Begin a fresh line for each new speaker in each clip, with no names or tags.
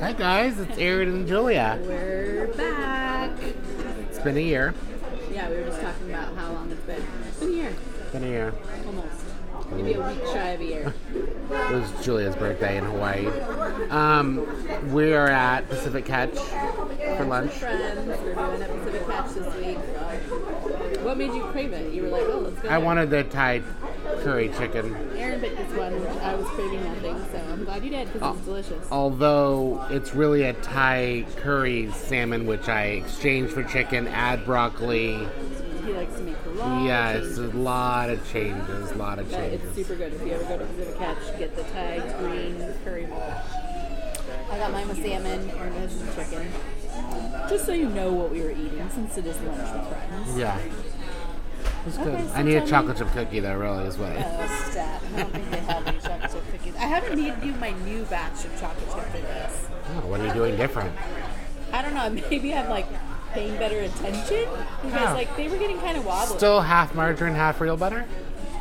Hi guys, it's Aaron and Julia.
We're back.
It's been a year.
Yeah, we were just talking about how long it's been. It's been a year,
Been a year.
almost. Maybe a week shy of a year.
It was Julia's birthday in Hawaii. Um, we are at Pacific Catch for lunch.
Friends, we're doing a Pacific Patch this week. so- What made you crave it? You were like, oh, let's go.
I
there.
wanted the Thai curry chicken,
Aaron picked this one, which I was craving nothing, so I'm glad you did because
Oh.
it's delicious.
although it's really a Thai curry salmon, which I exchange for chicken, add broccoli.
He likes to make a lot.
Yeah,
of
it's a
changes,
lot of changes, a lot of
but Uh, it's
changes.
super good. If you ever go to Pacific Catch, get the Thai green curry bowl. I got mine with salmon, Aaron has some chicken. Just so you know what we were eating, since it is lunch with friends.
Yeah. It's good.
Okay, so
I need
tell
a
me-
chocolate chip cookie though, really, is what. I-
Oh, stat. I don't think they have any chocolate chip cookies. I haven't made you my new batch of chocolate chip cookies.
Oh, what are you doing different?
I don't know. Maybe I'm like paying better attention because
Huh.
like they were getting kind of wobbly.
Still half margarine, half real butter?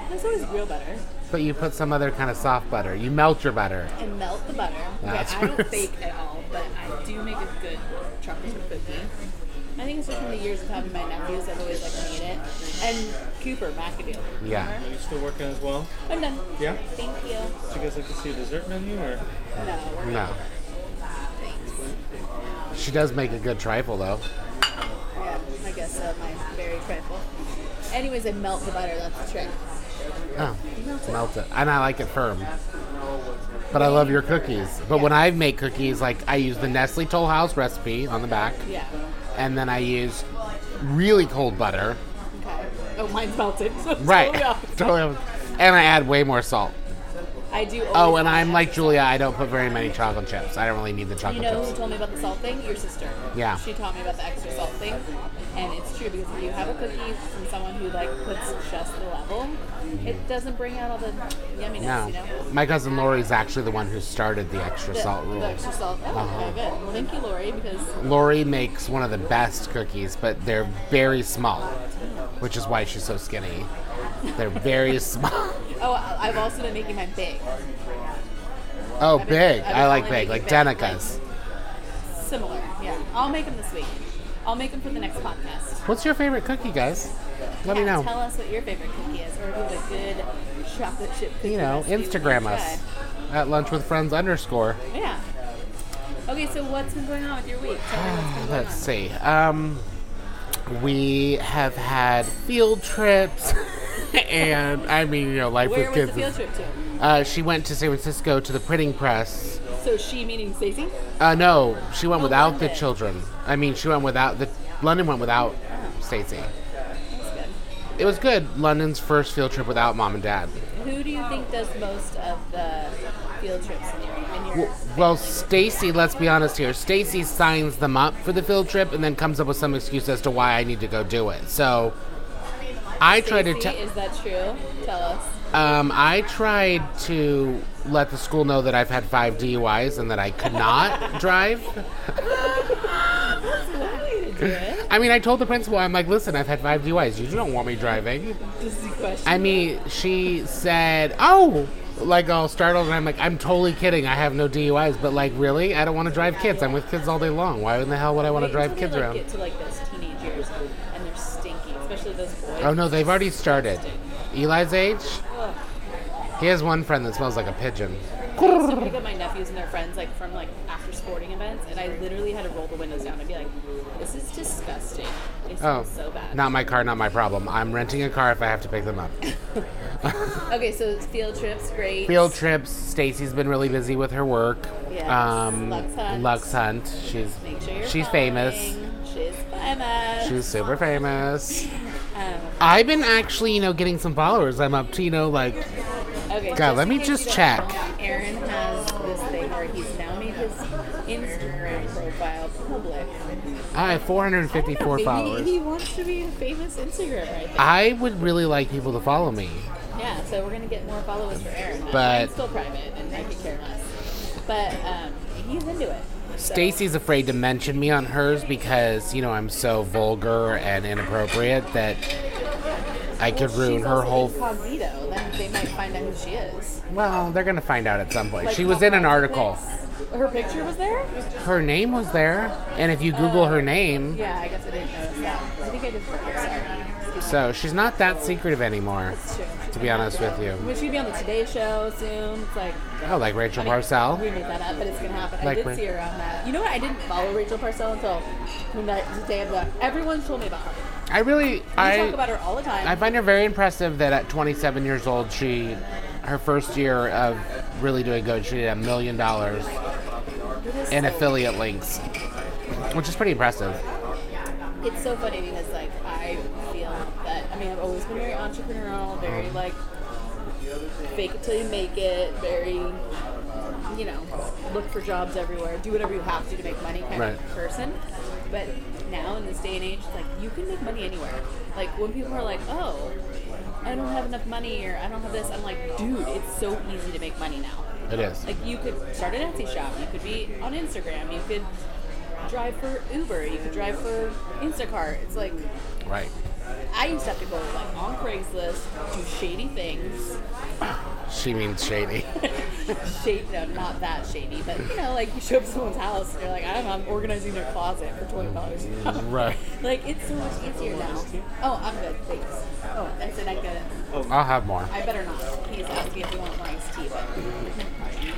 That's always real butter.
But you put some other kind of soft butter. You melt your butter.
And melt the butter.
That's
yeah, I
worse.
don't bake at all, but I do make a good chocolate chip cookie. I think it's just from the years of having my nephews. I've always like made it. And Cooper McAdoo.
Yeah.
remember?
Are you still working as well?
I'm done.
Yeah?
Thank you.
Would you guys like to see a dessert menu or?
No, we're
No. She does make a good trifle, though.
Yeah, I guess so. My very trifle. Anyways, I melt the butter. That's the trick.
Oh,
Melt it.
melt it. And I like it firm. But I love your cookies. But when I make cookies, like I use the Nestle Toll House recipe on the back,
Yeah.
and then I use really cold butter.
Okay. Oh, mine's melted. So it's
Right.
totally off.
Totally. And I add way more salt.
I do. always
Oh, and
add
I'm like
extra
Julia, I don't put very many chocolate chips. I don't really need the
salt. You
chocolate
know who
chips.
told me about the salt thing? Your sister.
Yeah.
She taught me about the extra salt thing, and it's true because if you have a cookie from someone who like puts just the level, it doesn't bring out all the yumminess.
No.
You know.
My cousin Lori's actually the one who started the extra
The-
salt
the
rule.
extra salt. Oh,
Uh-huh.
okay, good. Well, thank you, Lori, because
Lori makes one of the best cookies, but they're very small, which is why she's so skinny. They're very small.
oh, I- I've also been making mine big,
Oh,
I've been-
big.
I've been
I like
calling
big, like
it big, like-
Danica's.
similar. Yeah. I'll make them this week. I'll make them for the next podcast.
What's your favorite cookie, guys? Let me
Yeah,
know.
Tell us what your favorite cookie is, or who's a good chocolate chip cookie.
You know,
recipe we should
Instagram us
try.
at lunch with friends underscore.
Yeah. Okay, so what's been going on with your week? Tell me what's been going
Let's
on.
see. Um, we have had field trips, and I mean, you know, life with
Where was
kids.
the field
is-
trip to?
Uh, she went to San Francisco to the printing press.
So she meaning Stacey?
Uh, no, she went
Oh,
without the
London.
children. I mean, she went without the London went without Stacy.
That's good.
It was good. London's first field trip without mom and dad.
Who do you think does most of the field trips in your, in your
W- Well, Stacy, let's be honest here. Stacy signs them up for the field trip and then comes up with some excuse as to why I need to go do it. So I tried to
Stacey,
te-
Is that true? Tell us.
um, I tried to let the school know that I've had five DUIs and that I could not drive.
That's one way to do it.
I mean, I told the principal, I'm like, listen, I've had five DUIs. You don't want me driving.
This is the question.
I mean, she said, "Oh." Like all startled, and I'm like, I'm totally kidding. I have no DUIs, but like, really, I don't want to drive kids. I'm with kids all day long. Why in the hell would I want to
Wait
drive
until they,
kids
like,
around?
Get to like those teenage years and they're stinky, especially those boys.
Oh no, they've already started. Eli's age,
Ugh.
he has one friend that smells like a pigeon.
So pick up my nephews and their friends like from like after sporting events, and I literally had to roll the windows down and be like, "This is disgusting. They smell
Oh,
so bad."
not my car, not my problem. I'm renting a car if I have to pick them up.
okay, so it's field trips, great.
Field trips. Stacy's been really busy with her work. Um,
Yes. Lux Hunt.
Lux Hunt. She's
Make sure you're
she's famous.
following. She's famous.
She's super famous.
um,
I've been actually, you know, getting some followers. I'm up to, you know, like
okay.
God, let
in
me
case
just
you don't
check.
know, Aaron has this thing where he's now made his Instagram profile public.
I have 454
Maybe
followers.
he wants to be a famous Instagrammer. I think.
I would really like people to follow me.
Yeah, so we're gonna get more followers for Aaron.
But-
Mine's still private, and I could care less. But um, he's into it. So-
Stacy's afraid to mention me on hers because, you know, I'm so vulgar and inappropriate that I could
Well,
ruin
she's
her
also
whole.
incognito. Then they might find out who she is.
well, they're gonna find out at some point.
Like
she was in an
paparazzi
article.
pics. Her picture was there?
Her name was there, and if you Google her name,
Yeah, I guess I didn't notice that. I think I did first.
so she's not that secretive anymore. To be honest with you,
I mean, she's gonna be on the Today Show soon. It's like
oh, like Rachel
we
Marcel.
made that up, but it's gonna happen.
Like
I
when-
did see her on that. You know what? I didn't follow Rachel Parcell until when that the day of the. Everyone told me about her. We
I really,
talk
I,
about her all the time.
I find her very impressive that at 27 years old, she, her first year of really doing good, she did a million dollars
It is
in
so-
affiliate links, which is pretty impressive.
It's so funny because like I feel that I mean I've always been very entrepreneurial, very like fake it till you make it, very you know look for jobs everywhere, do whatever you have to to make money kind
Right.
of person. But now in this day and age, it's like you can make money anywhere. Like when people are like, oh, I don't have enough money or I don't have this, I'm like, dude, it's so easy to make money now.
It is.
Like you could start an Etsy shop, you could be on Instagram, you could drive for Uber, you could drive for Instacart. It's like
Right.
I used to have to go like on Craigslist, do shady things.
She means shady.
Shade no, not that shady, but you know, like you show up to someone's house and you're like, I'm, I'm organizing their closet for twenty dollars.
right.
like it's so much easier now. Oh, I'm good, thanks. Oh, that's it, I got it.
I'll have more.
I better not. He's asking if you want more iced tea,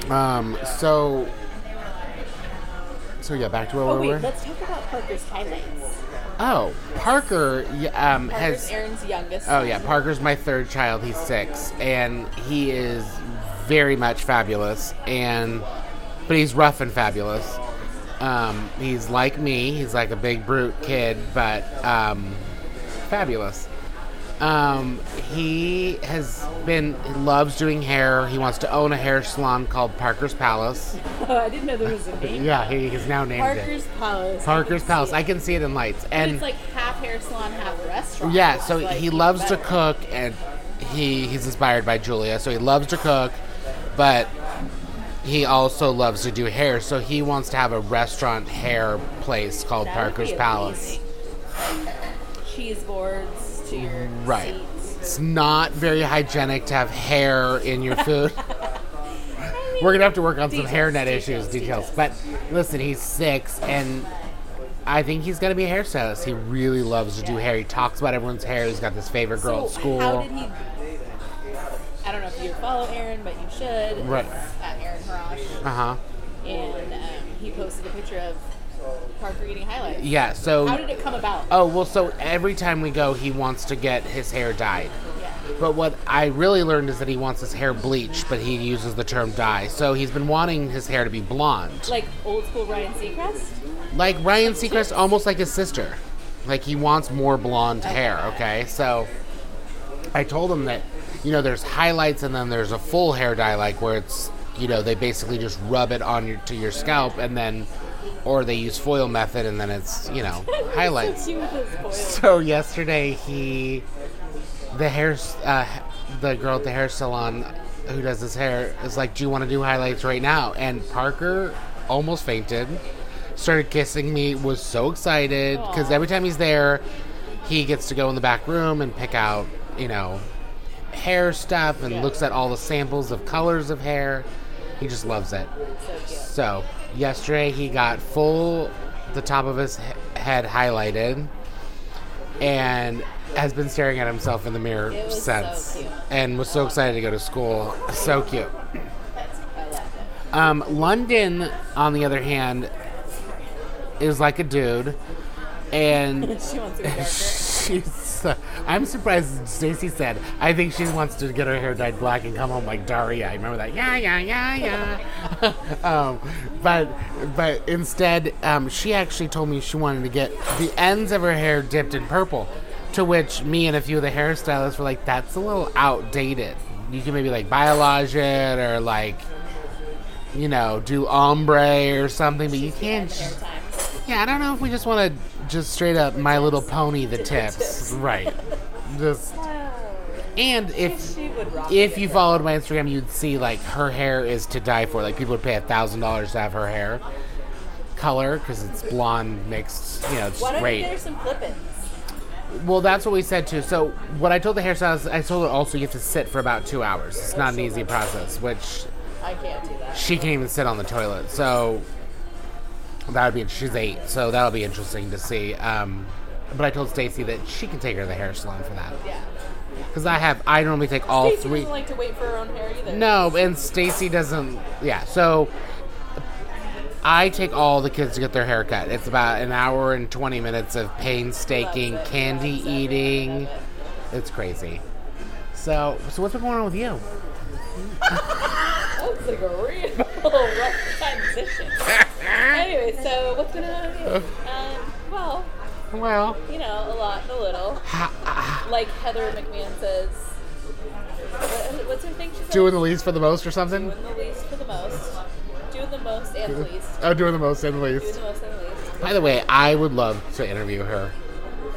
but
Um. So. So yeah, back to where
Oh
we were.
wait, let's talk about Parker's highlights.
Oh, Parker y- um,
Parker's
has.
Aaron's youngest.
Oh yeah, Parker's my third child. He's six, and he is very much fabulous, and but he's rough and fabulous. Um, he's like me. He's like a big brute kid, but um, fabulous. Um, he has been he loves doing hair. He wants to own a hair salon called Parker's Palace.
Oh, I didn't know there was a name.
Yeah, he has now named it
Parker's Palace.
Parker's
I can see
Palace.
it.
I can see it in lights,
But
and
it's like half hair salon, half restaurant.
Yeah,
which
so
is, like,
he
even
loves to
better.
cook, and he he's inspired by Julia. So he loves to cook, but he also loves to do hair. So he wants to have a restaurant hair place called
That would
Parker's
be
Palace.
amazing. Like, cheese boards to your
Right.
seats.
It's not very hygienic to have hair in your food.
I mean,
We're gonna have to work on some
details,
hair net
details,
issues, details. But listen, he's six, and I think he's gonna be a hairstylist. He really loves to do hair. He talks about everyone's hair. He's got this favorite
so
girl at school.
How did he? I don't know if you follow Aaron, but you should.
Right.
It's At Aaron Harash,
uh huh.
and um, he posted a picture of Parker eating highlights.
Yeah. So
How did it come about?
Oh, well, so every time we go, he wants to get his hair dyed.
Yeah.
But what I really learned is that he wants his hair bleached, but he uses the term dye. So he's been wanting his hair to be blonde.
Like old school Ryan Seacrest.
Like Ryan Seacrest, almost like his sister. Like he wants more blonde hair, okay? So I told him that, you know, there's highlights and then there's a full hair dye, like where it's, you know, they basically just rub it on your, to your scalp and then, or they use foil method and then it's, you know, highlights.
So cute with his foil.
So yesterday he, the hair, uh, the girl at the hair salon who does his hair is like, "Do you want to do highlights right now?" And Parker almost fainted, started kissing me, was so excited because
Aw.
every time he's there, he gets to go in the back room and pick out, you know, hair stuff and
Yeah.
looks at all the samples of colors of hair. He just loves it.
So cute.
So yesterday he got full the top of his he- head highlighted and has been staring at himself in the mirror
It was so
since
cute.
and was so excited to go to school. So cute.
I love it.
Um, London, on the other hand, is like a dude and
She wants to be darker.
she's I'm surprised Stacy said I think she wants to get her hair dyed black and come home like Daria. I remember that. Yeah, yeah, yeah, yeah. um, but but instead, um, she actually told me she wanted to get the ends of her hair dipped in purple. To which me and a few of the hairstylists were like, "That's a little outdated. You can maybe like biolage it or like." You know, do ombre or something, but you can't.
Hair
just-
times.
yeah, I don't know if we just want to just straight up My Little Pony the tips, right? just and if
She would rock.
if
it.
you followed my Instagram, you'd see like her hair is to die for. Like people would pay a thousand dollars to have her hair color because it's blonde mixed. You know, it's
Why don't
great.
you get her some clip-ins?
Well, that's what we said too. So what I told the hairstylist, I told her also you have to sit for about two hours. It's not an easy process, which
I can't do that.
she can't even sit on the toilet. So that would be she's eight. So that'll be interesting to see. Um, but I told Stacy that she can take her to the hair salon for that
Yeah.
because I have I normally take all
Casey
three.
doesn't like to wait for her own hair either.
No, and Stacy doesn't. Yeah, so I take all the kids to get their hair cut. It's about an hour and 20 minutes of painstaking
That's it.
candy
That's it.
eating.
Love
It's crazy. So, so what's been going on with you?
That was like a real rough transition. anyway, so what's going on? with you? Um, well,
Well,
you know, a lot, and a little.
ha- ah,
Like Heather McMahon says, what, what's her thing? She's
doing the least for the most or something?
doing the least for the most, doing the most and the least,
Oh, doing the most and the
doing
least.
the most and the least.
By the way, I would love to interview her.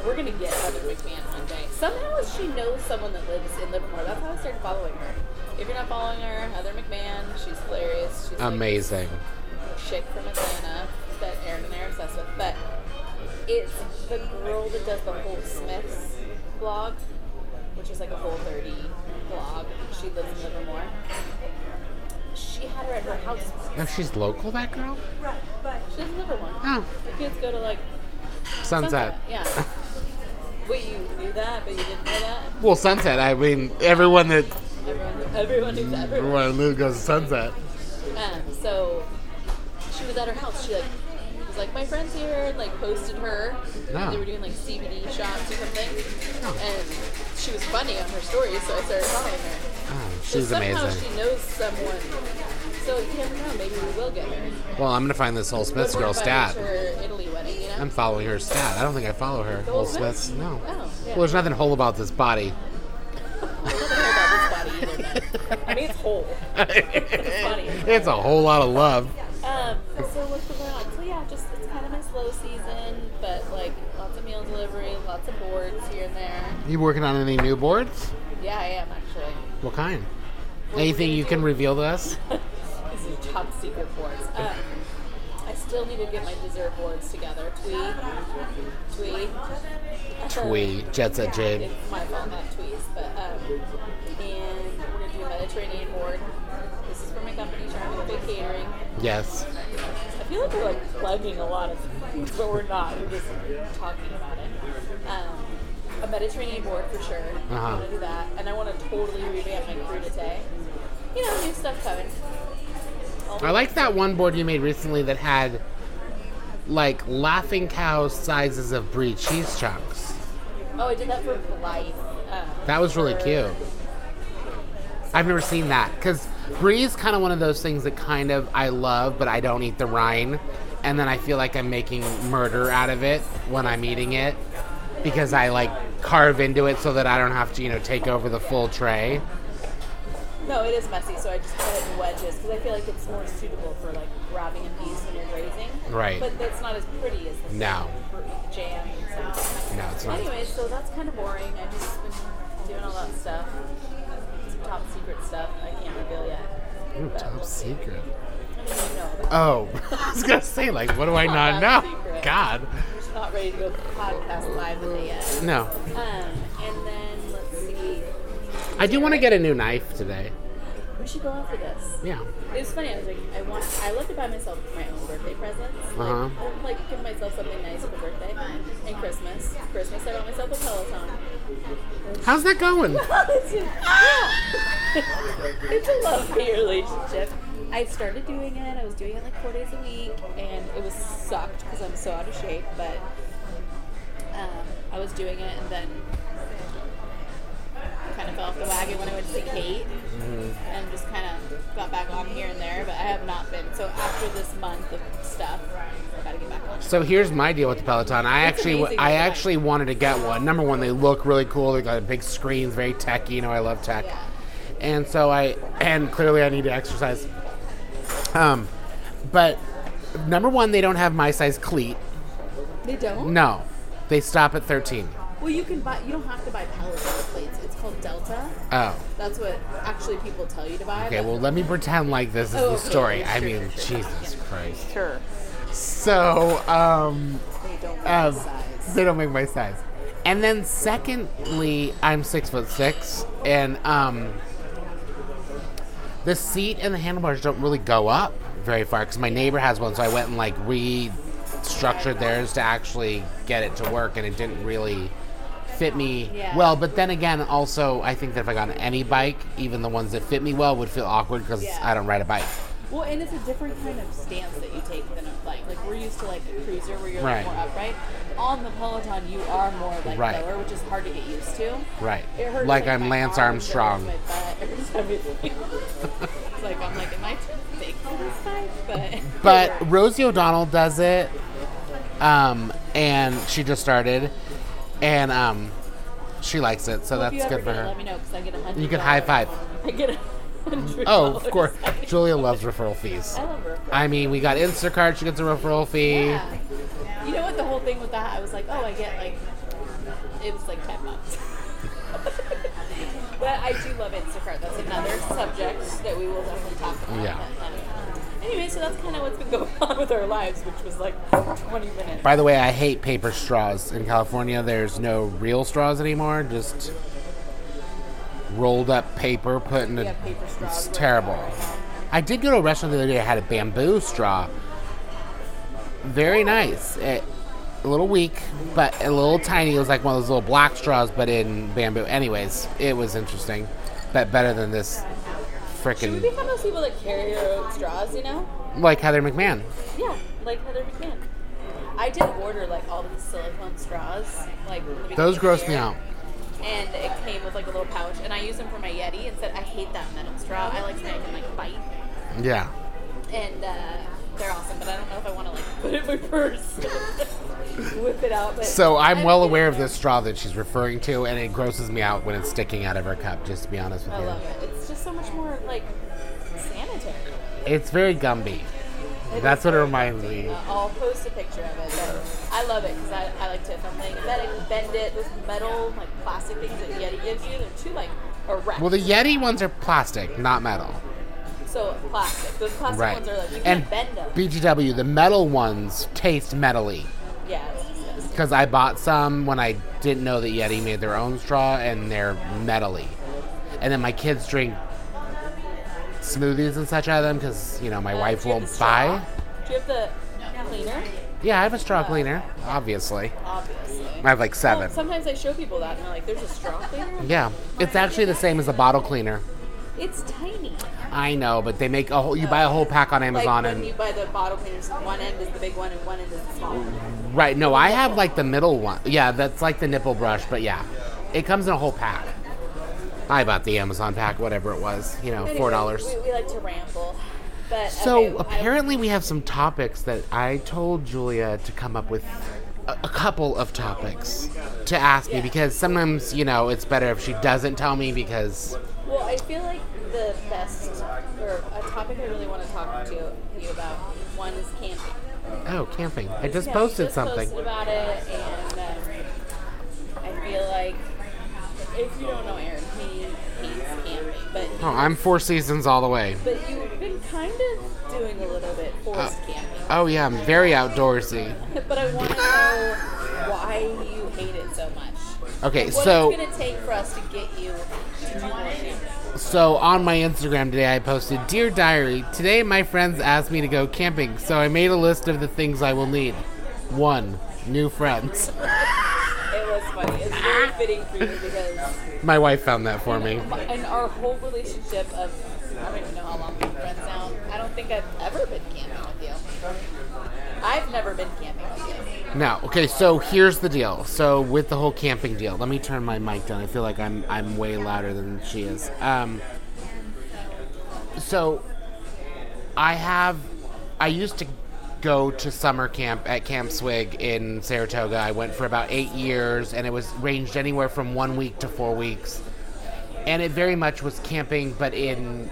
We're gonna get Heather McMahon one day. Somehow she knows someone that lives in Livermore. That's how I started following her. If you're not following her, Heather McMahon, she's hilarious. She's like,
Amazing.
chick from Atlanta that Aaron and I are obsessed with. But it's the girl that does the whole Smiths blog, which is like a whole 30 blog. She lives in Livermore. She had her at her house.
Now she's local, that girl?
She lives in Livermore.
Oh,
The kids go to like
Sunset.
Yeah. Wait, you knew that, but you didn't know that.
Well, Sunset. I mean, everyone that
Everyone, everyone knew that. Everyone.
everyone that lives goes to Sunset.
Um, so she was at her house. She like was like, my friend's here, and like posted her.
Ah.
They were doing like CBD shots or something, and she was funny on her stories, so I started following her.
Oh,
So
she's
somehow
amazing.
she knows someone. So you never know. Maybe we will get her.
Well, I'm gonna find this whole Smith's
We're
girl
invited
stat.
to her Italy wedding, you know.
I'm following her stat. I don't think I follow her.
whole
Whole Smith's?
Smith?
No.
Oh, yeah.
Well, there's nothing whole about this body.
I don't know about this body either. man. I mean, it's whole. funny.
it's a whole lot of love.
Um, so what's been going on? So yeah, just it's kind of my slow season, but like lots of meal delivery, lots of boards here and there.
You working on any new boards?
Yeah, I am actually.
What kind?
What
Anything
we
you can
do-
reveal to us?
These are top secret boards. Um, I still need to get my dessert boards together. Twee, twee, Um,
Twee, Jet Set Jade.
It's my fault, not twees, but um, and we're gonna do a Mediterranean board. This is for my company, Charming Big Catering.
Yes.
I feel like we're like plugging a lot of things, but we're not. We're just talking about it. Um, a Mediterranean board for sure. I
Uh-huh.
want to do that, and I want to totally revamp my crudité. You know, new stuff coming. All
I like that one board you made recently that had like laughing cow sizes of brie cheese chunks.
Oh, I did that for Blythe. Um,
That was really
for-
cute. I've never seen that because brie is kind of one of those things that kind of I love, but I don't eat the rind, and then I feel like I'm making murder out of it when I'm eating it because I like carve into it so that I don't have to, you know, take over the full tray.
No, it is messy, so I just cut it in wedges because I feel like it's more suitable for like grabbing a piece when you're grazing.
Right.
But it's not as pretty as the
No.
fruit jam and stuff.
No, it's not.
Anyway, so that's kind of boring. I've just been doing all that stuff. Some top secret stuff I can't reveal yet.
Ooh, top secret.
I don't even know. but
Oh, I was gonna say like, what do I not
Top
know?
secret.
God,
I'm just not ready to go podcast live with it yet.
no.
Um, and then let's see.
I do want to get a new knife today.
We should go out for this.
Yeah.
It was funny. I was like, I want. I love to buy myself my own birthday presents. Like,
Uh-huh.
I would like give myself something nice for birthday and Christmas. Christmas, I bought myself a Peloton.
How's that going?
it's, a, yeah. it's a love hate relationship. I started doing it. I was doing it like four days a week, and it was sucked because I'm so out of shape. But um, I was doing it, and then kind of fell off the wagon when I went to see Kate, and just kind of got back on here and there. But I have not been. So after this month of stuff, I gotta get back on.
So here's my deal with the Peloton. I
It's
actually,
amazing,
I
isn't it?
actually wanted to get one. Number one, they look really cool. They got big screens, very techy. You know, I love tech.
Yeah.
And so I, and clearly I need to exercise. Um, but number one, they don't have my size cleat.
They don't.
No, they stop at 13.
Well, you can buy. You don't have to buy Peloton plates. It's called Delta.
Oh,
That's what actually people tell you to buy.
okay.
but-
Well, let me pretend like this is
Oh,
the
okay,
story.
okay,
I
sure,
mean,
sure, sure.
Jesus Christ.
sure,
So, um,
they don't make
Um,
size.
They don't make my size. And then secondly, I'm six foot six, and um, the seat and the handlebars don't really go up very far because my neighbor has one, so I went and like restructured theirs to actually get it to work, and it didn't really fit me
Yeah.
well. But then again, also I think that if I got on any bike, even the ones that fit me well would feel awkward because
Yeah.
I don't ride a bike.
Well, and it's a different kind of stance that you take than a bike. Like we're used to like a cruiser where you're
Right.
like, more upright. On the Peloton, you are more like
Right.
lower, which is hard to get used to.
Right.
It hurts,
Like I'm
my
Lance
arms, it hurts
Armstrong.
my butt every time it- it's like I'm like, am I too big for this bike? But
But Rosie O'Donnell does it, um, and she just started, and um, she likes it, so
Well, if you
that's
ever
good for
do it,
her.
Let me know because I get a hundred.
You can high
dollars.
five.
I get a hundred.
Oh, of course.
dollars.
Julia loves referral fees.
I love her.
I mean, we got Instacart. She gets a referral fee.
Yeah. You know what? The whole thing with that, I was like, oh, I get like, it was like 10 bucks. but I do love Instacart. That's another subject that we will definitely talk about.
Yeah.
Anyway, so that's kind of what's been going on with our lives, which was like 20 minutes.
By the way, I hate paper straws in California. There's no real straws anymore. Just rolled up paper put in a.
Yeah, paper straw.
It's
we're
terrible.
not-
I did go to a restaurant the other day. I had a bamboo straw. Very nice. It, a little weak, but a little tiny. It was like one of those little black straws, but in bamboo. Anyways, it was interesting, but better than this
Should we
frickin'
become those people that carry their own straws, you know?
like Heather McMahon.
Yeah, like Heather McMahon. I did order like all these silicone straws, like in the beginning
Those
of the
gross me
year.
out.
And it came with like a little pouch, and I used them for my Yeti and said, I hate that metal straw. I like something I can like bite,
Yeah.
and uh, they're awesome. But I don't know if I want to like put it in my purse, whip it out. But
So I'm
I've
well
been-
aware of this straw that she's referring to, and it grosses me out when it's sticking out of her cup. Just to be honest with
I
you,
love it. It's just so much more like sanitary.
it's very Gumby.
It
That's
is
what it
very
reminds
comfy.
me.
Uh, I'll post a picture of it. But I love it because I, I like to, if I'm laying in bed, I can bend it. Those metal, like plastic things that Yeti gives you, they're too like erect.
Well, the Yeti ones are plastic, not metal.
so plastic. Those plastic
Right.
ones are like you can
and
not bend them.
BGW, the metal ones taste metally.
yeah, it's disgusting.
Because I bought some when I didn't know that Yeti made their own straw, and they're metally. And then my kids drink smoothies and such out of them because, you know, my
Uh,
wife
do you have
won't
the straw?
buy.
Do you have the cleaner?
Yeah, I have a straw cleaner, obviously.
Obviously.
I have like seven.
Well, sometimes I show people that and they're like, "There's a straw cleaner."
Yeah, it's actually the same as a bottle cleaner.
It's tiny.
I know, but they make a whole. You buy a whole pack on Amazon,
like when you
and
buy the bottle cleaners, one end is the big one and one end is the small one.
right. No, I have like the middle one. Yeah, that's like the nipple brush, but yeah, it comes in a whole pack. I bought the Amazon pack, whatever it was. You know,
Anyway,
four dollars.
We, we like to ramble, but okay,
So
I-
apparently, we have some topics that I told Julia to come up with a, a couple of topics to ask me because sometimes you know it's better if she doesn't tell me because
Well, I feel like the best or a topic I really want to talk to you about one is camping.
oh camping. I just
Yeah, we
posted
just
something.
Posted about it, and um, I feel like if you don't know Aaron, he hates camping, but
Oh, I'm four seasons all the way.
but you've been kind of doing a little bit forced camping.
Oh yeah, I'm very outdoorsy.
but I want to know why you hate it so much.
Okay,
What
so
it's gonna take for us to get you to do more camping?
so on my Instagram today, I posted, "Dear Diary, today my friends asked me to go camping, so I made a list of the things I will need. One, new friends.
It was funny. It's very fitting for you because.
My wife found that for me.
And our whole relationship of, I don't even know how long we've been friends now. I don't think I've ever been camping with you. I've never been camping with you.
No, okay, so here's the deal. So with the whole camping deal, let me turn my mic down. I feel like I'm I'm way louder than she is. Um, so I have I used to go to summer camp at Camp Swig in Saratoga. I went for about 8 years and it was ranged anywhere from 1 week to 4 weeks. And it very much was camping but in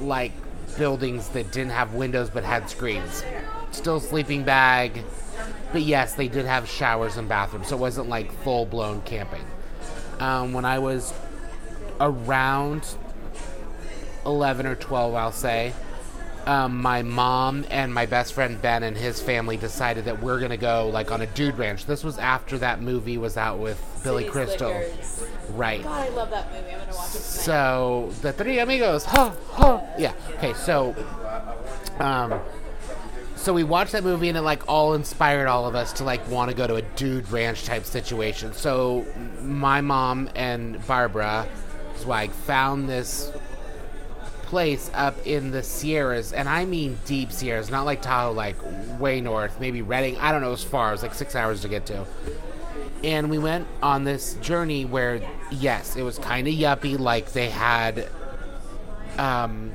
like buildings that didn't have windows but had screens. Still sleeping bag. But yes, they did have showers and bathrooms. So it wasn't like full blown camping. Um, when I was around 11 or 12, I'll say. um, my mom and my best friend Ben and his family decided that we're gonna go like on a dude ranch. This was after that movie was out with Billy
City
Crystal,
Slickers.
right?
God, I love that movie. I'm gonna watch it tonight.
So the three amigos, huh, huh, yeah. Okay, so, um, so we watched that movie and it like all inspired all of us to like want to go to a dude ranch type situation. So my mom and Barbara Zweig found this place up in the Sierras, and I mean deep Sierras, not like Tahoe, like way north, maybe Redding. I don't know as far. It was like six hours to get to and we went on this journey where yes it was kind of yuppie like they had um,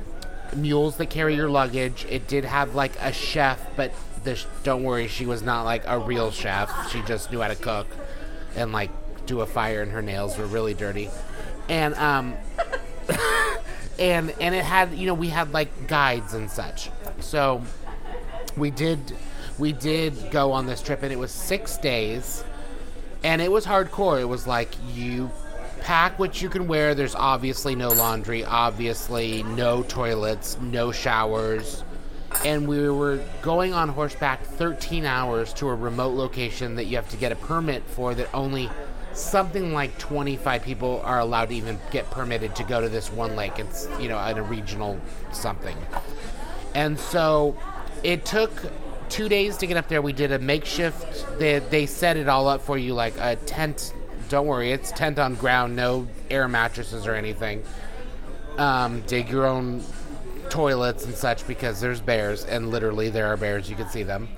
mules that carry your luggage it did have like a chef but the sh- don't worry she was not like a real chef she just knew how to cook and like do a fire and her nails were really dirty and um and and it had you know we had like guides and such so we did we did go on this trip and it was six days and it was hardcore. It was like you pack what you can wear. There's obviously no laundry, obviously no toilets, no showers. And we were going on horseback 13 hours to a remote location that you have to get a permit for that only something like 25 people are allowed to even get permitted to go to this one lake. It's, you know, at a regional something. And so it took two days to get up there. We did a makeshift. They, they set it all up for you like a tent. Don't worry, it's tent on ground, no air mattresses or anything. Um, dig your own toilets and such because there's bears, and literally there are bears. You can see them.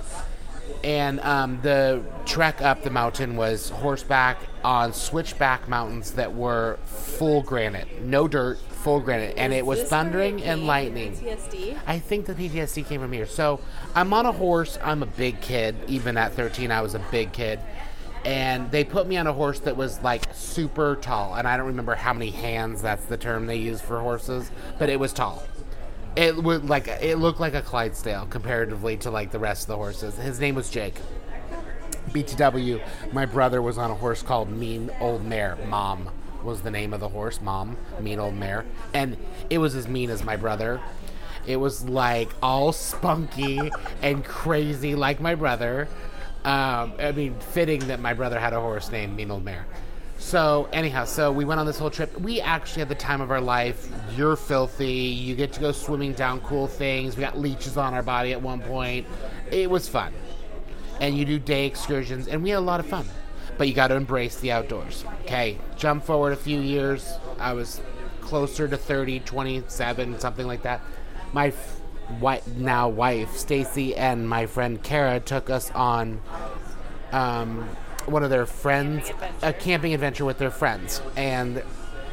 And um, the trek up the mountain was horseback on switchback mountains that were full granite, no dirt, full granite, and it was
This reminded
thundering
me
and
of
lightning.
PTSD.
I think the PTSD came from here. So I'm on a horse. I'm a big kid. Even at 13, I was a big kid. And they put me on a horse that was like super tall. And I don't remember how many hands that's the term they use for horses, but it was tall. It would like it looked like a Clydesdale comparatively to like the rest of the horses. His name was Jake. BTW, my brother was on a horse called Mean Old Mare. Mom was the name of the horse. Mom, Mean Old Mare. And it was as mean as my brother. It was like all spunky and crazy, like my brother. Um, I mean, fitting that my brother had a horse named Mean Old Mare. So, anyhow, so we went on this whole trip. We actually had the time of our life. You're filthy. You get to go swimming down cool things. We got leeches on our body at one point. It was fun and you do day excursions, and we had a lot of fun. But you got to embrace the outdoors. Okay, jump forward a few years. I was closer to 30, 27, something like that. My f- wife, now wife, Stacy, and my friend Kara took us on um, one of their friends, a camping adventure with their friends. And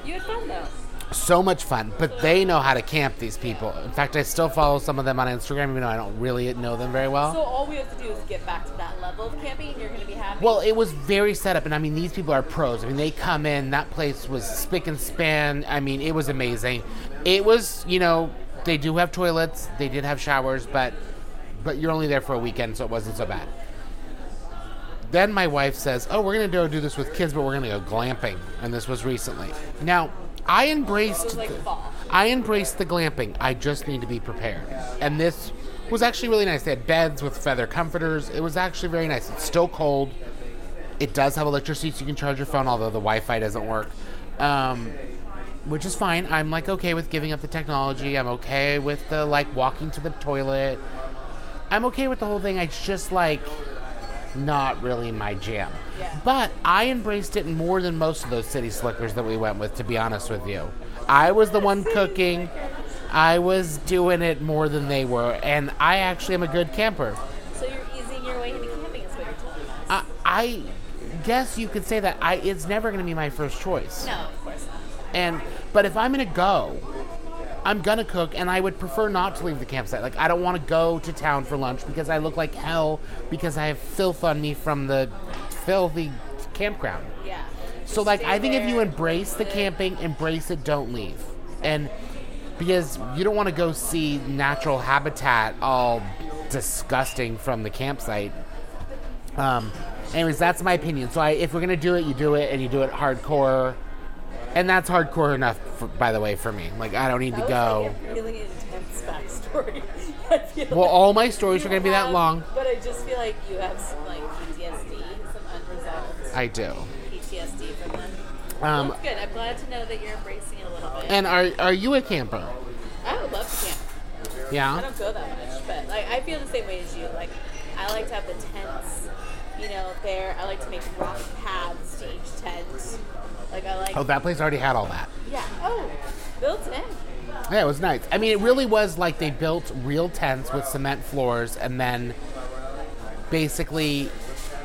You had fun though.
so much fun, but they know how to camp, these people. In fact, I still follow some of them on Instagram, even though I don't really know them very well.
So all we have to do is get back to that level of camping, and you're gonna be happy.
Well, it was very set up, and I mean, these people are pros. I mean, they come in. That place was spick and span. I mean, it was amazing. It was, you know, they do have toilets. They did have showers, but but you're only there for a weekend, so it wasn't so bad. Then my wife says, "Oh, we're gonna go do this with kids, but we're gonna go glamping," and this was recently. Now, I embraced.
it was like
the-
fall.
I embraced the glamping. I just need to be prepared. And this was actually really nice. They had beds with feather comforters. It was actually very nice. It's still cold. It does have electricity, so you can charge your phone, although the Wi Fi doesn't work. Um, which is fine. I'm like okay with giving up the technology. I'm okay with the like walking to the toilet. I'm okay with the whole thing. It's just like not really my jam.
Yeah.
But I embraced it more than most of those city slickers that we went with, to be honest with you. I was the one cooking, I was doing it more than they were, and I actually am a good camper.
So you're easing your way into camping, is what you're telling us.
I, I guess you could say that I, it's never going to be my first choice.
No, of course not.
And but if I'm gonna go, I'm gonna cook, and I would prefer not to leave the campsite. Like I don't want to go to town for lunch because I look like hell because I have filth on me from the filthy campground.
Yeah.
So like I think if you
there.
embrace the camping, embrace it, don't leave, and because you don't want to go see natural habitat all disgusting from the campsite. Um, anyways, that's my opinion. So I, if we're gonna do it, you do it, and you do it hardcore, and that's hardcore enough, for, by the way, for me. Like I don't need
That
to
was
go.
like a really intense backstory. I feel
Well,
like
all my stories
you
are going to be that
have-
long.
But I just feel like you have some like PTSD, some unresolved
I do.
PTSD from them.
Um,
That's good. I'm glad to know that you're embracing it a little bit.
And are are you a camper?
I would love to camp. I
Yeah.
don't go that much, but like I feel the same way as you. Like I like to have the tents, you know, there. I like to make rock paths to each tent. Like I like,
Oh, that place already had all that.
yeah. Oh, built in.
Yeah, it was nice. I mean, it really was like they built real tents with cement floors, and then basically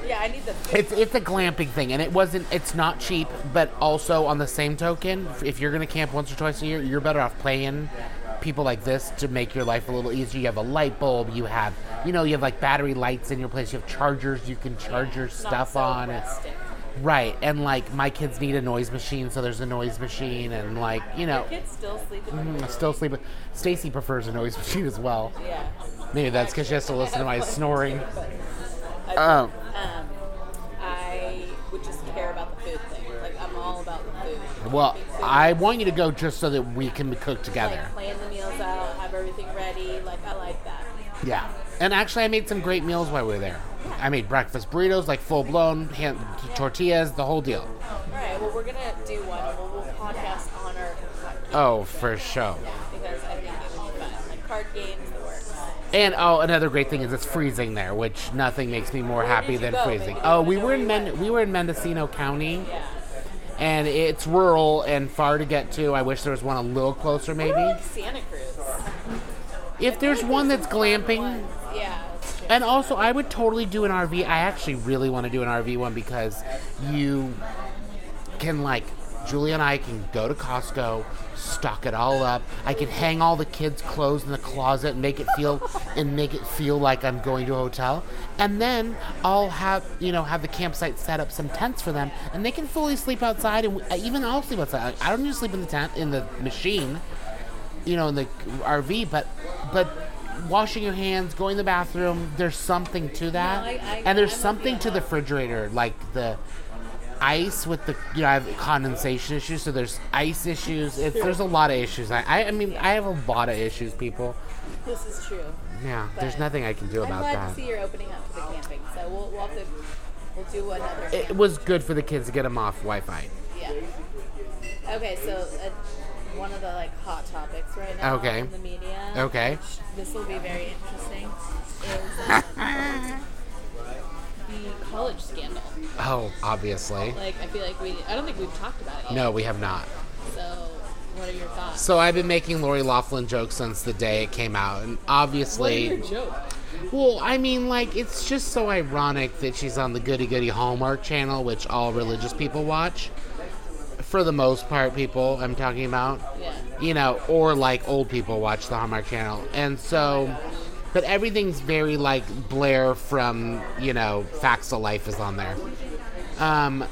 Yeah, I need the. food.
it's it's a glamping thing, and it wasn't. It's not cheap, but also on the same token, if you're gonna camp once or twice a year, you're better off playing people like this to make your life a little easier. You have a light bulb, you have you know you have like battery lights in your place, you have chargers you can charge your
Not
stuff
so
on. It's-
rustic.
Right, and like my kids need a noise machine, so there's a noise machine, and like you know,
Kids still sleeping.
I'm still sleeping. Stacy prefers a noise machine as well.
Yeah.
Maybe that's because she has to listen to my snoring.
Um, I would just care about the food thing. Like I'm all about the food.
Well,
Make food.
I want you to go just so that we can cook together.
like plan the meals out, have everything ready. Like I like that.
Yeah. And actually, I made some great meals while we were there. I made breakfast burritos, like full blown hand, tortillas, the whole deal.
All right. Well, we're gonna do one. We'll, we'll podcast on our
Oh, for sure.
because I think it would be fun. Like card games, the works.
And oh, another great thing is it's freezing there, which nothing makes me more happy
did you
than
go?
freezing.
Maybe they
Oh,
wanna
we
know
were
where
in
you
Men-
went.
we were in Mendocino County,
Yeah.
and it's rural and far to get to. I wish there was one a little closer, maybe.
Like Santa Cruz.
If there's one that's glamping,
Yeah. that's true.
And also, I would totally do an RV. I actually really want to do an RV one because you can, like, Julie and I can go to Costco, stock it all up. I can hang all the kids' clothes in the closet and make it feel and make it feel like I'm going to a hotel. And then I'll have you know have the campsite set up some tents for them, and they can fully sleep outside. And we- uh, even I'll sleep outside. I don't need to sleep in the tent in the machine you know, in the RV, but but washing your hands, going to the bathroom, there's something to that,
No, I- I-
and there's
I'm with
something
you.
to the refrigerator, like the ice with the you know I have condensation issues, so there's ice issues. It's, there's a lot of issues. I I I mean I have a lot of issues, people.
This is true.
Yeah, there's
But
nothing I can do
I'm
about
glad
that.
to see you're opening up to the camping. So we'll, we'll have to we'll do another.
It
camp.
was good for the kids to get them off Wi-Fi.
Yeah. Okay, so uh, one of the like hot topics right now
Okay.
in the media.
Okay.
which This will be very interesting. Is um, the college scandal?
Oh, obviously.
Like, I feel like we. I don't think we've talked about it yet.
No, we have not.
So, what are your thoughts?
So I've been making Lori Laughlin jokes since the day it came out, and
What are
obviously,
your joke?
Well, I mean, like, it's just so ironic that she's on the Goody Goody Hallmark channel, which all religious people watch. For the most part, people I'm talking about.
Yeah.
You know, or like old people watch the Hallmark channel. And so, but everything's very like Blair from, you know, Facts of Life is on there. Um,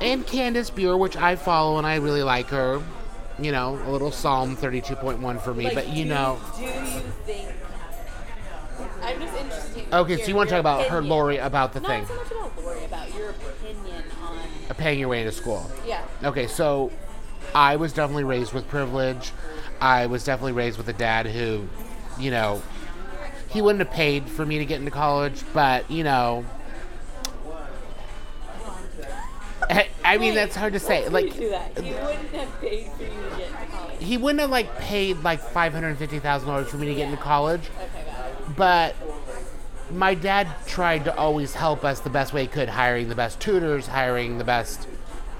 and Candace Buer, which I follow and I really like her. You know, a little Psalm 32.1 for me,
Like,
but you
do-
know.
Do you think? I'm just interested. in
Okay,
your-
so you want to talk
your
about her,
opinion.
Lori, about the
Not
thing.
so much about Lori, about your opinion on.
paying your way into school.
Yeah.
Okay, so I was definitely raised with privilege. I was definitely raised with a dad who, you know, he wouldn't have paid for me to get into college, but, you know, I, I mean, that's hard to say.
Why
Like,
would you do that? He wouldn't have paid for you to get into college.
he wouldn't have, like, paid, like, $550,000 for me to get into college,
Okay, got it.
but my dad tried to always help us the best way he could, hiring the best tutors, hiring the best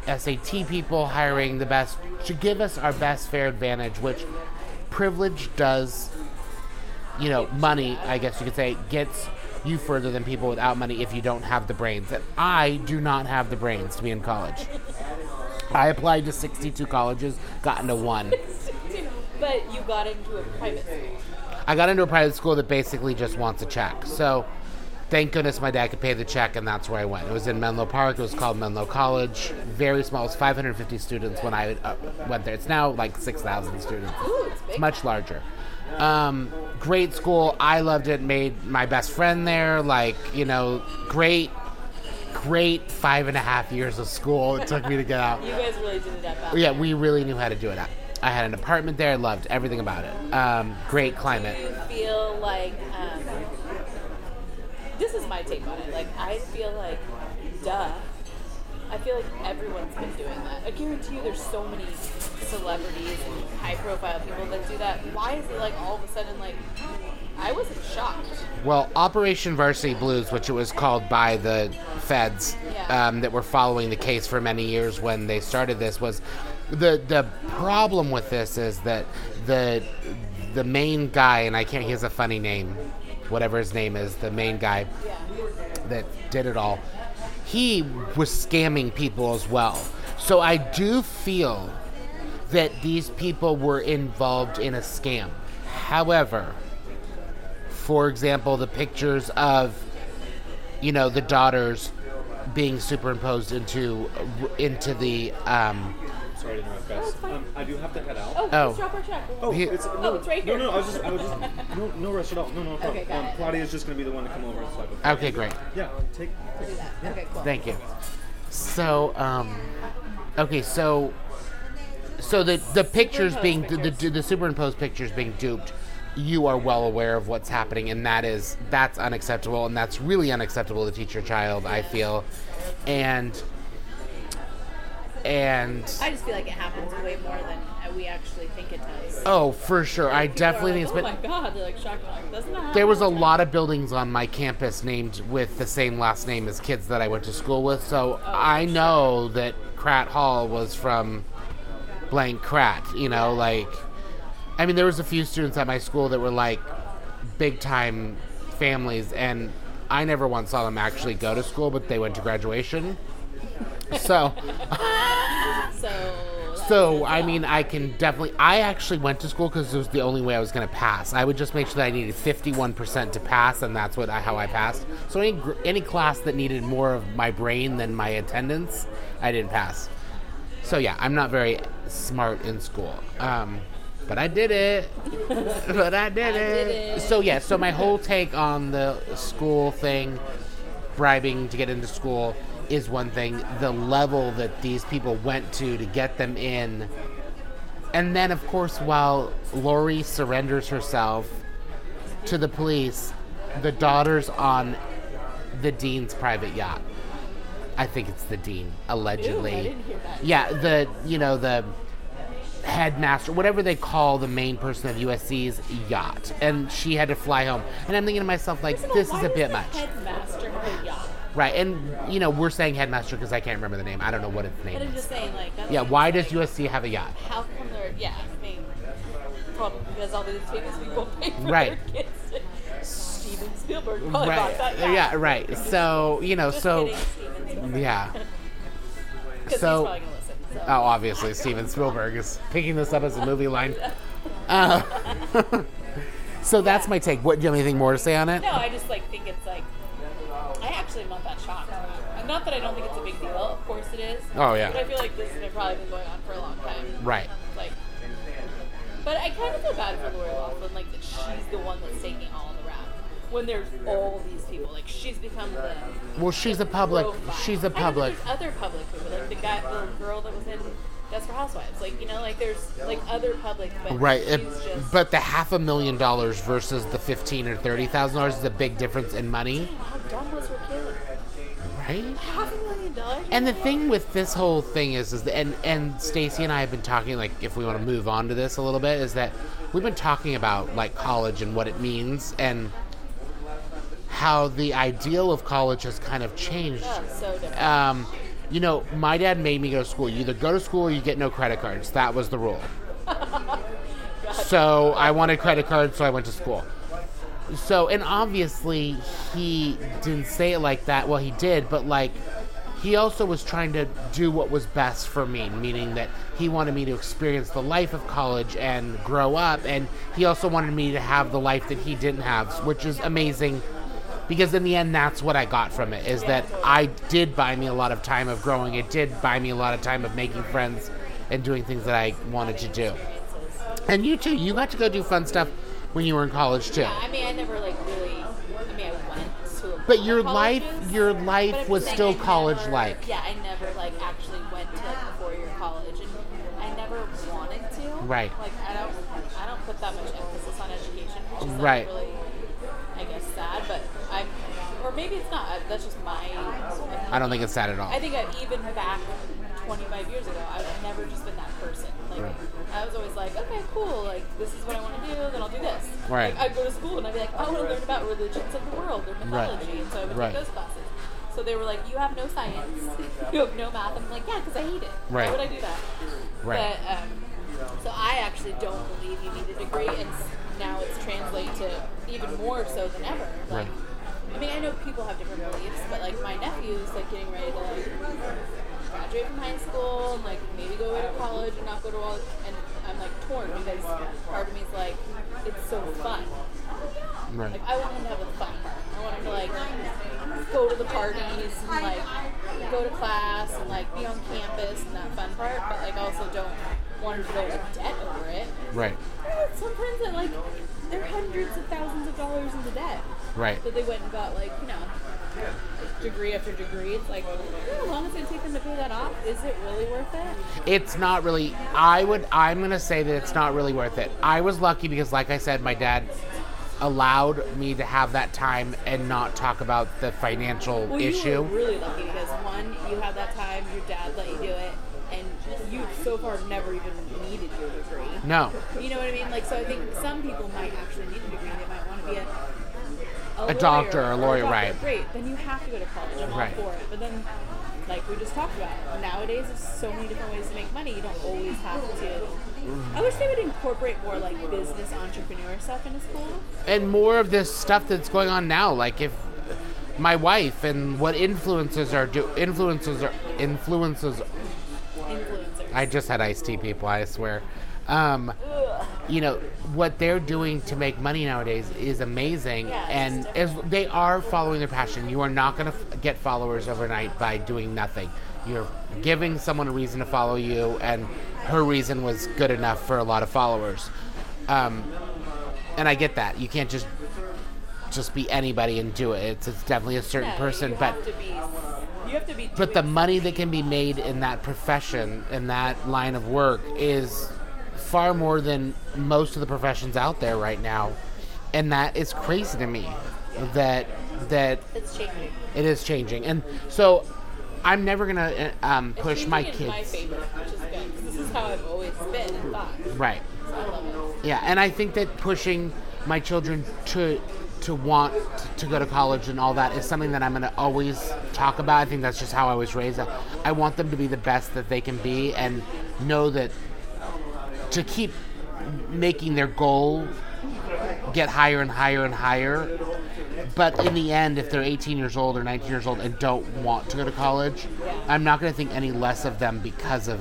SAT people, hiring the best to give us our best fair advantage, which privilege does, you know, money, I guess you could say, gets you further than people without money if you don't have the brains. And I do not have the brains to be in college. I applied to 62 colleges, got into one.
But you got into a private school.
I got into a private school that basically just wants a check. So thank goodness my dad could pay the check, and that's where I went. It was in Menlo Park. It was called Menlo College. Very small. It was 550 students when I uh, went there. It's now like 6,000 students.
Ooh, it's big.
It's much larger. Um, great school. I loved it. Made my best friend there. Like, you know, great, great five and a half years of school it took me to get out.
you guys really did it up. out
Yeah,
there.
we really knew how to do it. I had an apartment there. I loved everything about it. Um, great climate.
do feel like um, this is my take on it. Like I feel like, duh. I feel like everyone's been doing that. I guarantee you, there's so many celebrities and high-profile people that do that. Why is it like all of a sudden like I wasn't shocked?
Well, Operation Varsity Blues, which it was called by the feds
Yeah.
um, that were following the case for many years when they started this, was the the problem with this is that the the main guy and I can't he has a funny name, whatever his name is, the main guy
Yeah,
that did it all, he was scamming people as well. So I do feel that these people were involved in a scam. However, for example, the pictures of, you know, the daughters being superimposed into into the um,
Sorry to interrupt, guys. Um, I do have to head out.
Oh,
Oh.
let's drop our check.
Oh,
He-
it's, no,
Oh, it's right here.
No, no, I was just, I was just, no, no rush at all. No, no, no.
Okay, got
um,
it.
Claudia's just gonna be the one to come over and swipe with me.
okay, great.
Yeah, take.
Do that. Okay, cool.
Thank you. So, um, okay, so, so the the pictures being the, the the superimposed pictures being duped, you are well aware of what's happening, and that is that's unacceptable, and that's really unacceptable to teach your child. I feel, and and
I just feel like it happens way more than uh, we actually think it does.
oh, for sure, I
People are
definitely
like,
think it's been.
Oh my god, they're like shocked. Like, Doesn't that
There was a
happen all
lot of buildings on my campus named with the same last name as kids that I went to school with, so I know that Pratt Hall was from blank Pratt, you know, like I mean there was a few students at my school that were like big time families and I never once saw them actually go to school, but they went to graduation. So
the time? So
so I mean, I can definitely. I actually went to school because it was the only way I was going to pass. I would just make sure that I needed fifty-one percent to pass, and that's what I, how I passed. So any gr- any class that needed more of my brain than my attendance, I didn't pass. So yeah, I'm not very smart in school, um, but I did it. but I did,
did it.
So yeah, so my whole take on the school thing, bribing to get into school is one thing. The level that these people went to to get them in, and then of course while Lori surrenders herself to the police, the daughter's on the dean's private yacht. I think it's the dean, allegedly.
Ooh, I didn't hear that.
Yeah, the you know the headmaster, whatever they call the main person of USC's yacht, and she had to fly home. And I'm thinking to myself, like,
First of all,
this
why
is a
does
bit
the
much,
Headmaster have a yacht.
right? And you know, we're saying headmaster because I can't remember the name. I don't know what its name
But I'm
is.
just saying, like, that's
Yeah,
like-
why does USC have a yacht?
How come they're? Yeah, I mean, probably because all these famous people pay for
Right.
their kids. Steven Spielberg probably
Right.
bought that. yacht.
Yeah, right. So you know,
Just
so
kidding, Steven Spielberg.
yeah.
'Cause he's
so-
probably gonna listen. So.
Oh, obviously, Steven Spielberg is picking this up as a movie line. Uh, so that's my take. What do you have anything more to say on it?
No, I just like think it's like I actually am not that shocked. And Not that I don't think it's a big deal. Of course it is.
Oh, yeah.
But I feel like this has been probably been going on for a long time.
Right.
Like, but I kind of feel bad for Lori Laughlin, like that she's the one that's taking all the rap when there's all these people. Like she's become the
Well, she's a public.
profile.
She's a
I know
public.
there's other public people, like the guy, the girl that was in Desperate Housewives. Like you know, like there's like other public, but
Right,
She's
it-
just,
but the half a million dollars versus the fifteen or thirty thousand dollars is a big difference in money,
how dumb was her kid?
right?
Half a million dollars.
And the thing with this whole thing is, is that, and and Stacy and I have been talking like if we want to move on to this a little bit, is that we've been talking about like college and what it means and how the ideal of college has kind of changed
Oh, so different.
um, you know, my dad made me go to school. You either go to school or you get no credit cards. That was the rule. so I wanted credit cards, so I went to school. So, and obviously he didn't say it like that. Well, he did, but like he also was trying to do what was best for me, meaning that he wanted me to experience the life of college and grow up, and he also wanted me to have the life that he didn't have, which is amazing because in the end that's what i got from it is that i did buy me a lot of time of growing it did buy me a lot of time of making friends and doing things that i wanted to do and you too you got to go do fun stuff when you were in college too
I mean, I never like really. I mean, I went to. A
but your life
colleges,
your
but I'm
life was
saying
still
I never-
college like
Yeah, I never like actually went to like a four-year college, and I never wanted to.
Right.
Like I don't, I don't put that much emphasis on education, which is like,
Right.
really, I guess, sad. But I'm, or maybe it's not. I- That's just my.
I don't think it's sad at all.
I think I even back 25 years ago, I've never just been that person. Like
Right.
I was always like, okay, cool. Like this is what I want to do. Then I'll do this.
Right.
Like, I'd go to school and I'd be like, I want to learn about religions of the world or mythology, and so I would
Right.
take those classes. So they were like, you have no science, you have no math. I'm like, yeah, because I hate it.
Right.
Why would I do that?
Right.
But, um, so I actually don't believe you need a degree, and s- now it's translate to even more so than ever. Like,
Right.
I mean, I know people have different beliefs, but like my nephew's like getting ready to like graduate from high school and like maybe go away to college and not go to all, and I'm like torn because part of me is like, it's so fun.
Right.
Like I want him to have the fun part. I want him to like go to the parties and like go to class and like be on campus and that fun part. But like I also don't want him to go into debt over it.
Right.
Sometimes I like they're hundreds of thousands of dollars into debt.
Right.
That they went and got like you know degree after degree. It's like you know, how long it's gonna take them to pay that off? Is it really worth it?
it's not really i would i'm gonna say that it's not really worth it i was lucky because like i said my dad allowed me to have that time and not talk about the financial
Well, you
issue
were really lucky because one, you had that time, your dad let you do it, and you so far never even needed your degree.
no
You know what I mean? Like, so I think some people might actually need a degree. They might want to be a a,
A doctor or a lawyer,
lawyer, doctor.
right.
Great. Then you have to go to college. I'm
Right.
all for it. But then, like we just talked about, nowadays there's so many different ways to make money. You don't always have to.
Mm.
I wish they would incorporate more like business entrepreneur stuff into school.
and more of this stuff that's going on now like if my wife and what influencers are do influencers are influencers
Influencers.
i just had iced tea people i swear um,
Ugh.
you know what they're doing to make money nowadays is amazing
Yeah, it's
and as they are following their passion you are not going to f- get followers overnight by doing nothing you're giving someone a reason to follow you and her reason was good enough for a lot of followers um, and i get that you can't just just be anybody and do it it's, it's definitely a certain
Yeah,
person
you
but
have to be, you have to be.
but the
doing
money that can be made in that profession in that line of work is far more than most of the professions out there right now and that is crazy to me that that
It's changing.
it is changing and so i'm never gonna uh, um,
It's
push my
changing in My
kids
favor, which is good. 'cause This is how I've always been and thought.
right
So I love it.
Yeah, and I think that pushing my children to to want to go to college and all that is something that I'm going to always talk about. I think that's just how I was raised. I, I want them to be the best that they can be and know that to keep making their goal get higher and higher and higher. But in the end, if they're 18 years old or 19 years old and don't want to go to college, I'm not going to think any less of them because of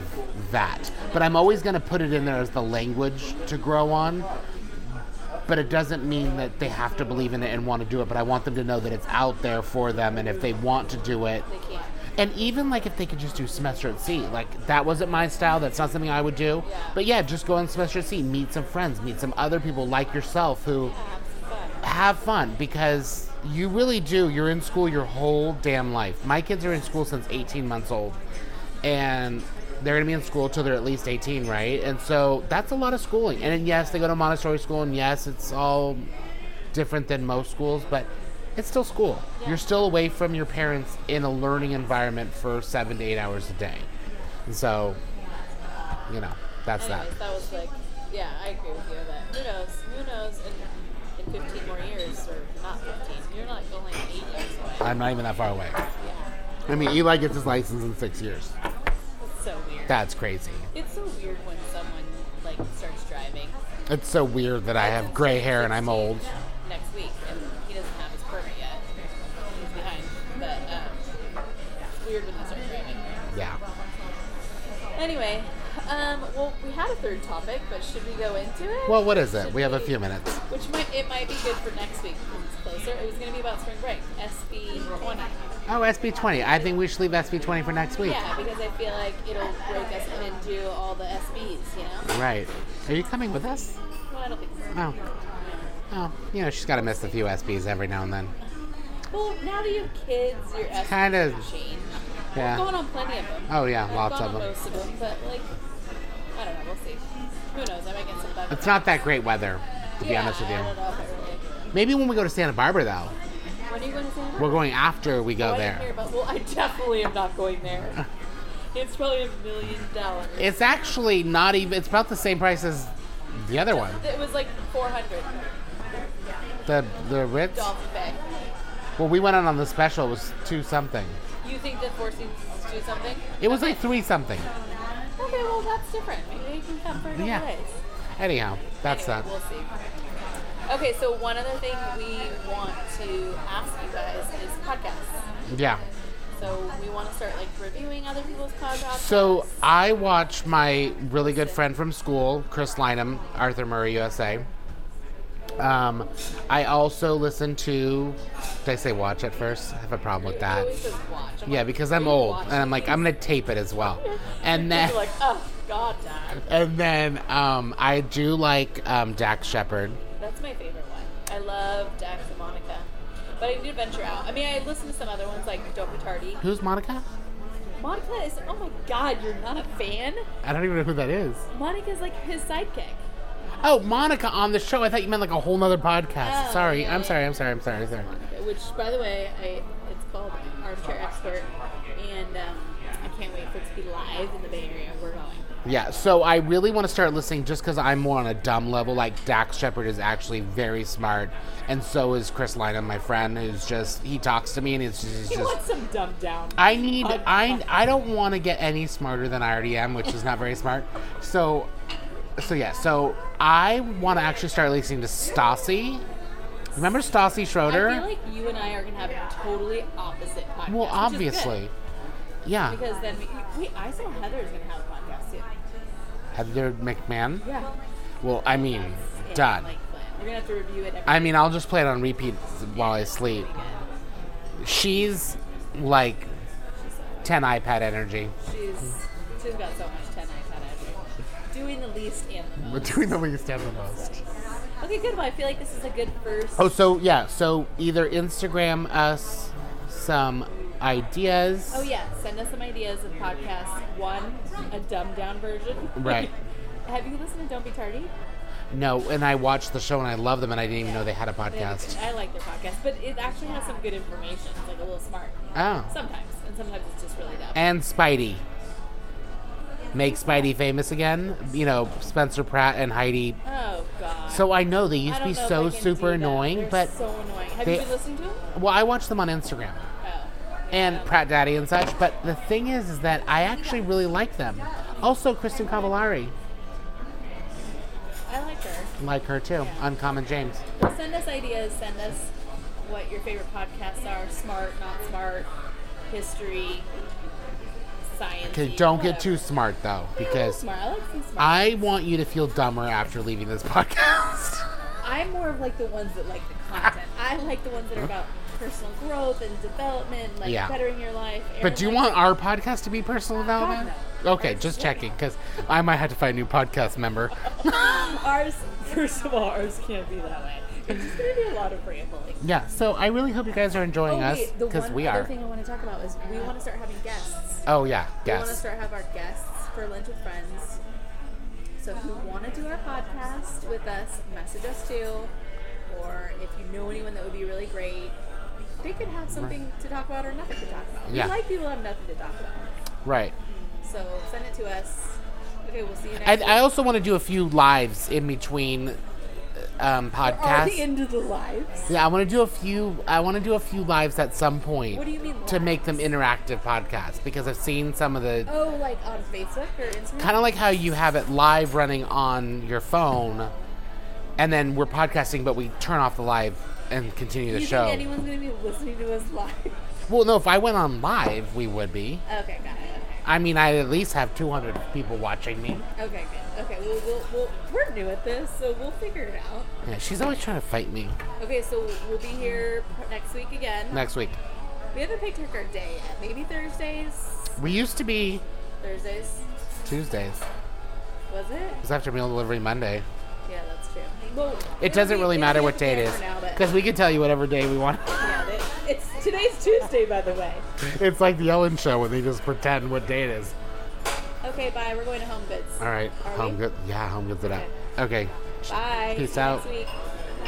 that. But I'm always going to put it in there as the language to grow on. But it doesn't mean that they have to believe in it and want to do it. But I want them to know that it's out there for them, and if they want to do it,
They can't.
and even like if they could just do semester at sea, like that wasn't my style. That's not something I would do.
Yeah.
But yeah, just go on semester at sea, meet some friends, meet some other people like yourself who
Have some fun.
have fun because you really do. You're in school your whole damn life. My kids are in school since 18 months old, and they're gonna be in school till they're at least 18, right? And so that's a lot of schooling. And yes, they go to Montessori school, and yes, it's all different than most schools, but it's still school. You're still away from your parents in a learning environment for seven to eight hours a day. And so, you know, that's that.
Anyways, that was like, yeah, I agree with you that who knows, who knows in, in 15 more years or not 15. You're not only eight years away.
I'm not even that far away.
Yeah,
I mean, Eli gets his license in six years.
it's so weird.
That's crazy.
it's so weird when someone like starts driving.
It's so weird that I have gray hair and I'm
16
old.
Next week, and he doesn't have his permit yet. He's behind, but um, it's weird when they start driving.
Yeah.
Anyway, um, well, we had a third topic, but should we go into it?
Well, what is it?
Should
We have a few minutes.
Which might it might be good for next week because it's closer. It was going to be about spring break, SB twenty.
Oh, SB20. I think we should leave SB20 for next week.
Yeah, because I feel like it'll break us into all the SBs, you know.
Right. Are you coming with us?
Well, I don't think so.
Oh. Oh, you know, she's got to miss a few SBs every now and then.
Well, now that you have kids, your SBs
kinda-
change.
yeah.
I've gone on plenty of them.
Oh, yeah,
I've
lots
gone
of
on
them.
Most of them, but like, I don't know. We'll see. Who knows? I might get some bug.
It's not that great weather, to be
yeah,
honest with
I don't
you.
know if I really-
Maybe when we go to Santa Barbara, though.
When are you going to Santa
We're going after we go
Oh, I didn't hear
there.
about- well, I definitely am not going there. It's probably a million dollars.
It's actually not even, it's about the same price as the other one,
It was like 400
the the Ritz.
Dolphin Bay.
Well, we went on on the special, it was two something.
You think that forcing to do something?
It was like three something.
Okay, well that's different. Maybe you can come for a couple
Yeah.
days.
Anyhow, that's
anyway,
that.
We'll see. Okay, so one other thing we want to ask you guys is podcasts.
Yeah.
So we want to start like reviewing other people's podcasts.
So I watch my really good friend from school, Chris Lynham, Arthur Murray USA. Um, I also listen to. Did I say watch at first? I have a problem with that.
Always just watch. I'm
Yeah,
like,
because
"Are
I'm
you
old,
watching
and I'm like,
these?"
I'm gonna tape it as well. And then,
You're like, oh god, Dad.
and then, um, I do like um, Dax Shepard.
That's my favorite one. I love Dax and Monica. But I did venture out. I mean, I listened to some other ones like Don't Be Tardy.
Who's Monica?
Monica is, oh my god, you're not a fan?
I don't even know who that is.
Monica's like his sidekick.
Oh, Monica on the show. I thought you meant like a whole nother podcast.
Oh,
sorry,
yeah,
I'm
yeah.
sorry. I'm sorry. I'm sorry. Sorry.
Which, by the way, I, it's called Armchair Expert. And um, I can't wait for it to be live in the Bay Area. We're going.
Yeah, so I really want to start listening just because I'm more on a dumb level. Like Dax Shepard is actually very smart, and so is Chris Lynham, my friend, who's just he talks to me and it's just.
He
just-
wants some dumbed down.
I need I I don't want to get any smarter than I already am, which is not very smart. So, so yeah, so I want to actually start listening to Stassi. Remember Stassi
I
Schroeder?
feel like you and I are going to have totally opposite podcasts.
well,
which is good,
obviously, yeah.
Because then, we, wait, I saw Heather's going to have a podcast too.
Heather McMahon.
Yeah.
Well, I mean,
Yeah,
done.
like, plan. You're gonna have to review it every
I mean, I'll just play it on repeat while I sleep.
weekend.
She's like 10 iPad energy.
She's she's got so much ten eyes on it. Doing the least and the most.
doing the least and the most.
Okay, good. Well, I feel like this is a good first.
Oh, so yeah, so either Instagram us some ideas.
Oh, yeah, send us some ideas of podcasts. One, a dumbed down version.
Right.
have you listened to Don't Be Tardy?
No, and I watched the show and I love them and I didn't even know they had a
They have a good-
podcast.
I like their podcast, but it actually has some good information. It's like a little smart.
Oh.
Sometimes, and sometimes it's just really dumb.
And Spidey. Make Spidey famous again. You know, Spencer Pratt and Heidi.
oh God.
So I know they used
I
to be
don't know if
so
I can do
super
that.
annoying,
They're
but
so annoying. Have
they-
you been listening to them?
well, I watched them on Instagram.
Oh.
and Pratt Daddy and such. But the thing is, is that I actually really like them. Also, Kristen Cavallari,
I like her.
like her too. Uncommon James.
Well, send us ideas. Send us what your favorite podcasts are: smart, not smart, history, science.
Okay, don't get too smart though, because
smart. I like some smart.
I want you to feel dumber after leaving this podcast.
I'm more of like the ones that like the content. I like the ones that are about personal growth and development, like
Uh-huh. Yeah.
bettering your life.
But do you want our podcast to be personal development?
no.
Okay, just checking, because I might have to find a new podcast member.
ours? First of all, ours can't be that way. It's just gonna be a lot of rambling.
Yeah, so I really hope you guys are enjoying
Oh,
us
wait, the
because
one
we
other
are.
thing I want to talk about is we want to start having guests.
Oh yeah,
We want to
yes.
start have our guests for lunch with friends. So if you want to do our podcast with us, message us too. Or if you know anyone that would be really great, they could have something to talk about or nothing to talk about.
Yeah.
We like people who have nothing to talk about.
Right.
So send it to us. Okay, we'll see you next
And I also want to do a few lives in between
Oh,
um, podcasts.
Are the end of the lives?
Yeah, I want to do a few. I want to do a few lives at some point.
What do you mean
To make them
lives?
interactive podcasts because I've seen some of the
Oh, like on Facebook or Instagram?
kind of like how you have it live running on your phone, and then we're podcasting, but we turn off the live and continue the
you
show.
think anyone's going to be listening to us live?
well, no, if I went on live, we would be.
Okay, got it. Okay.
I mean, I at least have 200 people watching me.
Okay, good. Okay, we'll, we'll, we'll, we're new at this, so we'll figure it out.
Yeah, she's always trying to fight me.
Okay, so we'll be here p- next week again.
Next week,
We haven't picked like our day yet. Maybe Thursdays.
we used to be
Thursdays
Tuesdays.
was it?
It's after meal delivery Monday.
Yeah, that's true. Well,
It doesn't
we-
really
we
matter
don't
what day it
have
is
to plan for now, but-
because we can tell you whatever day we want.
yeah, it- it's today's Tuesday, by the way.
It's like the Ellen Show when they just pretend what day it is.
Okay, bye. We're going to Home Goods.
All right,
Are
home
we?
good. Yeah, home goods it up. Okay,
Bye.
Peace
See you
out.
Next week.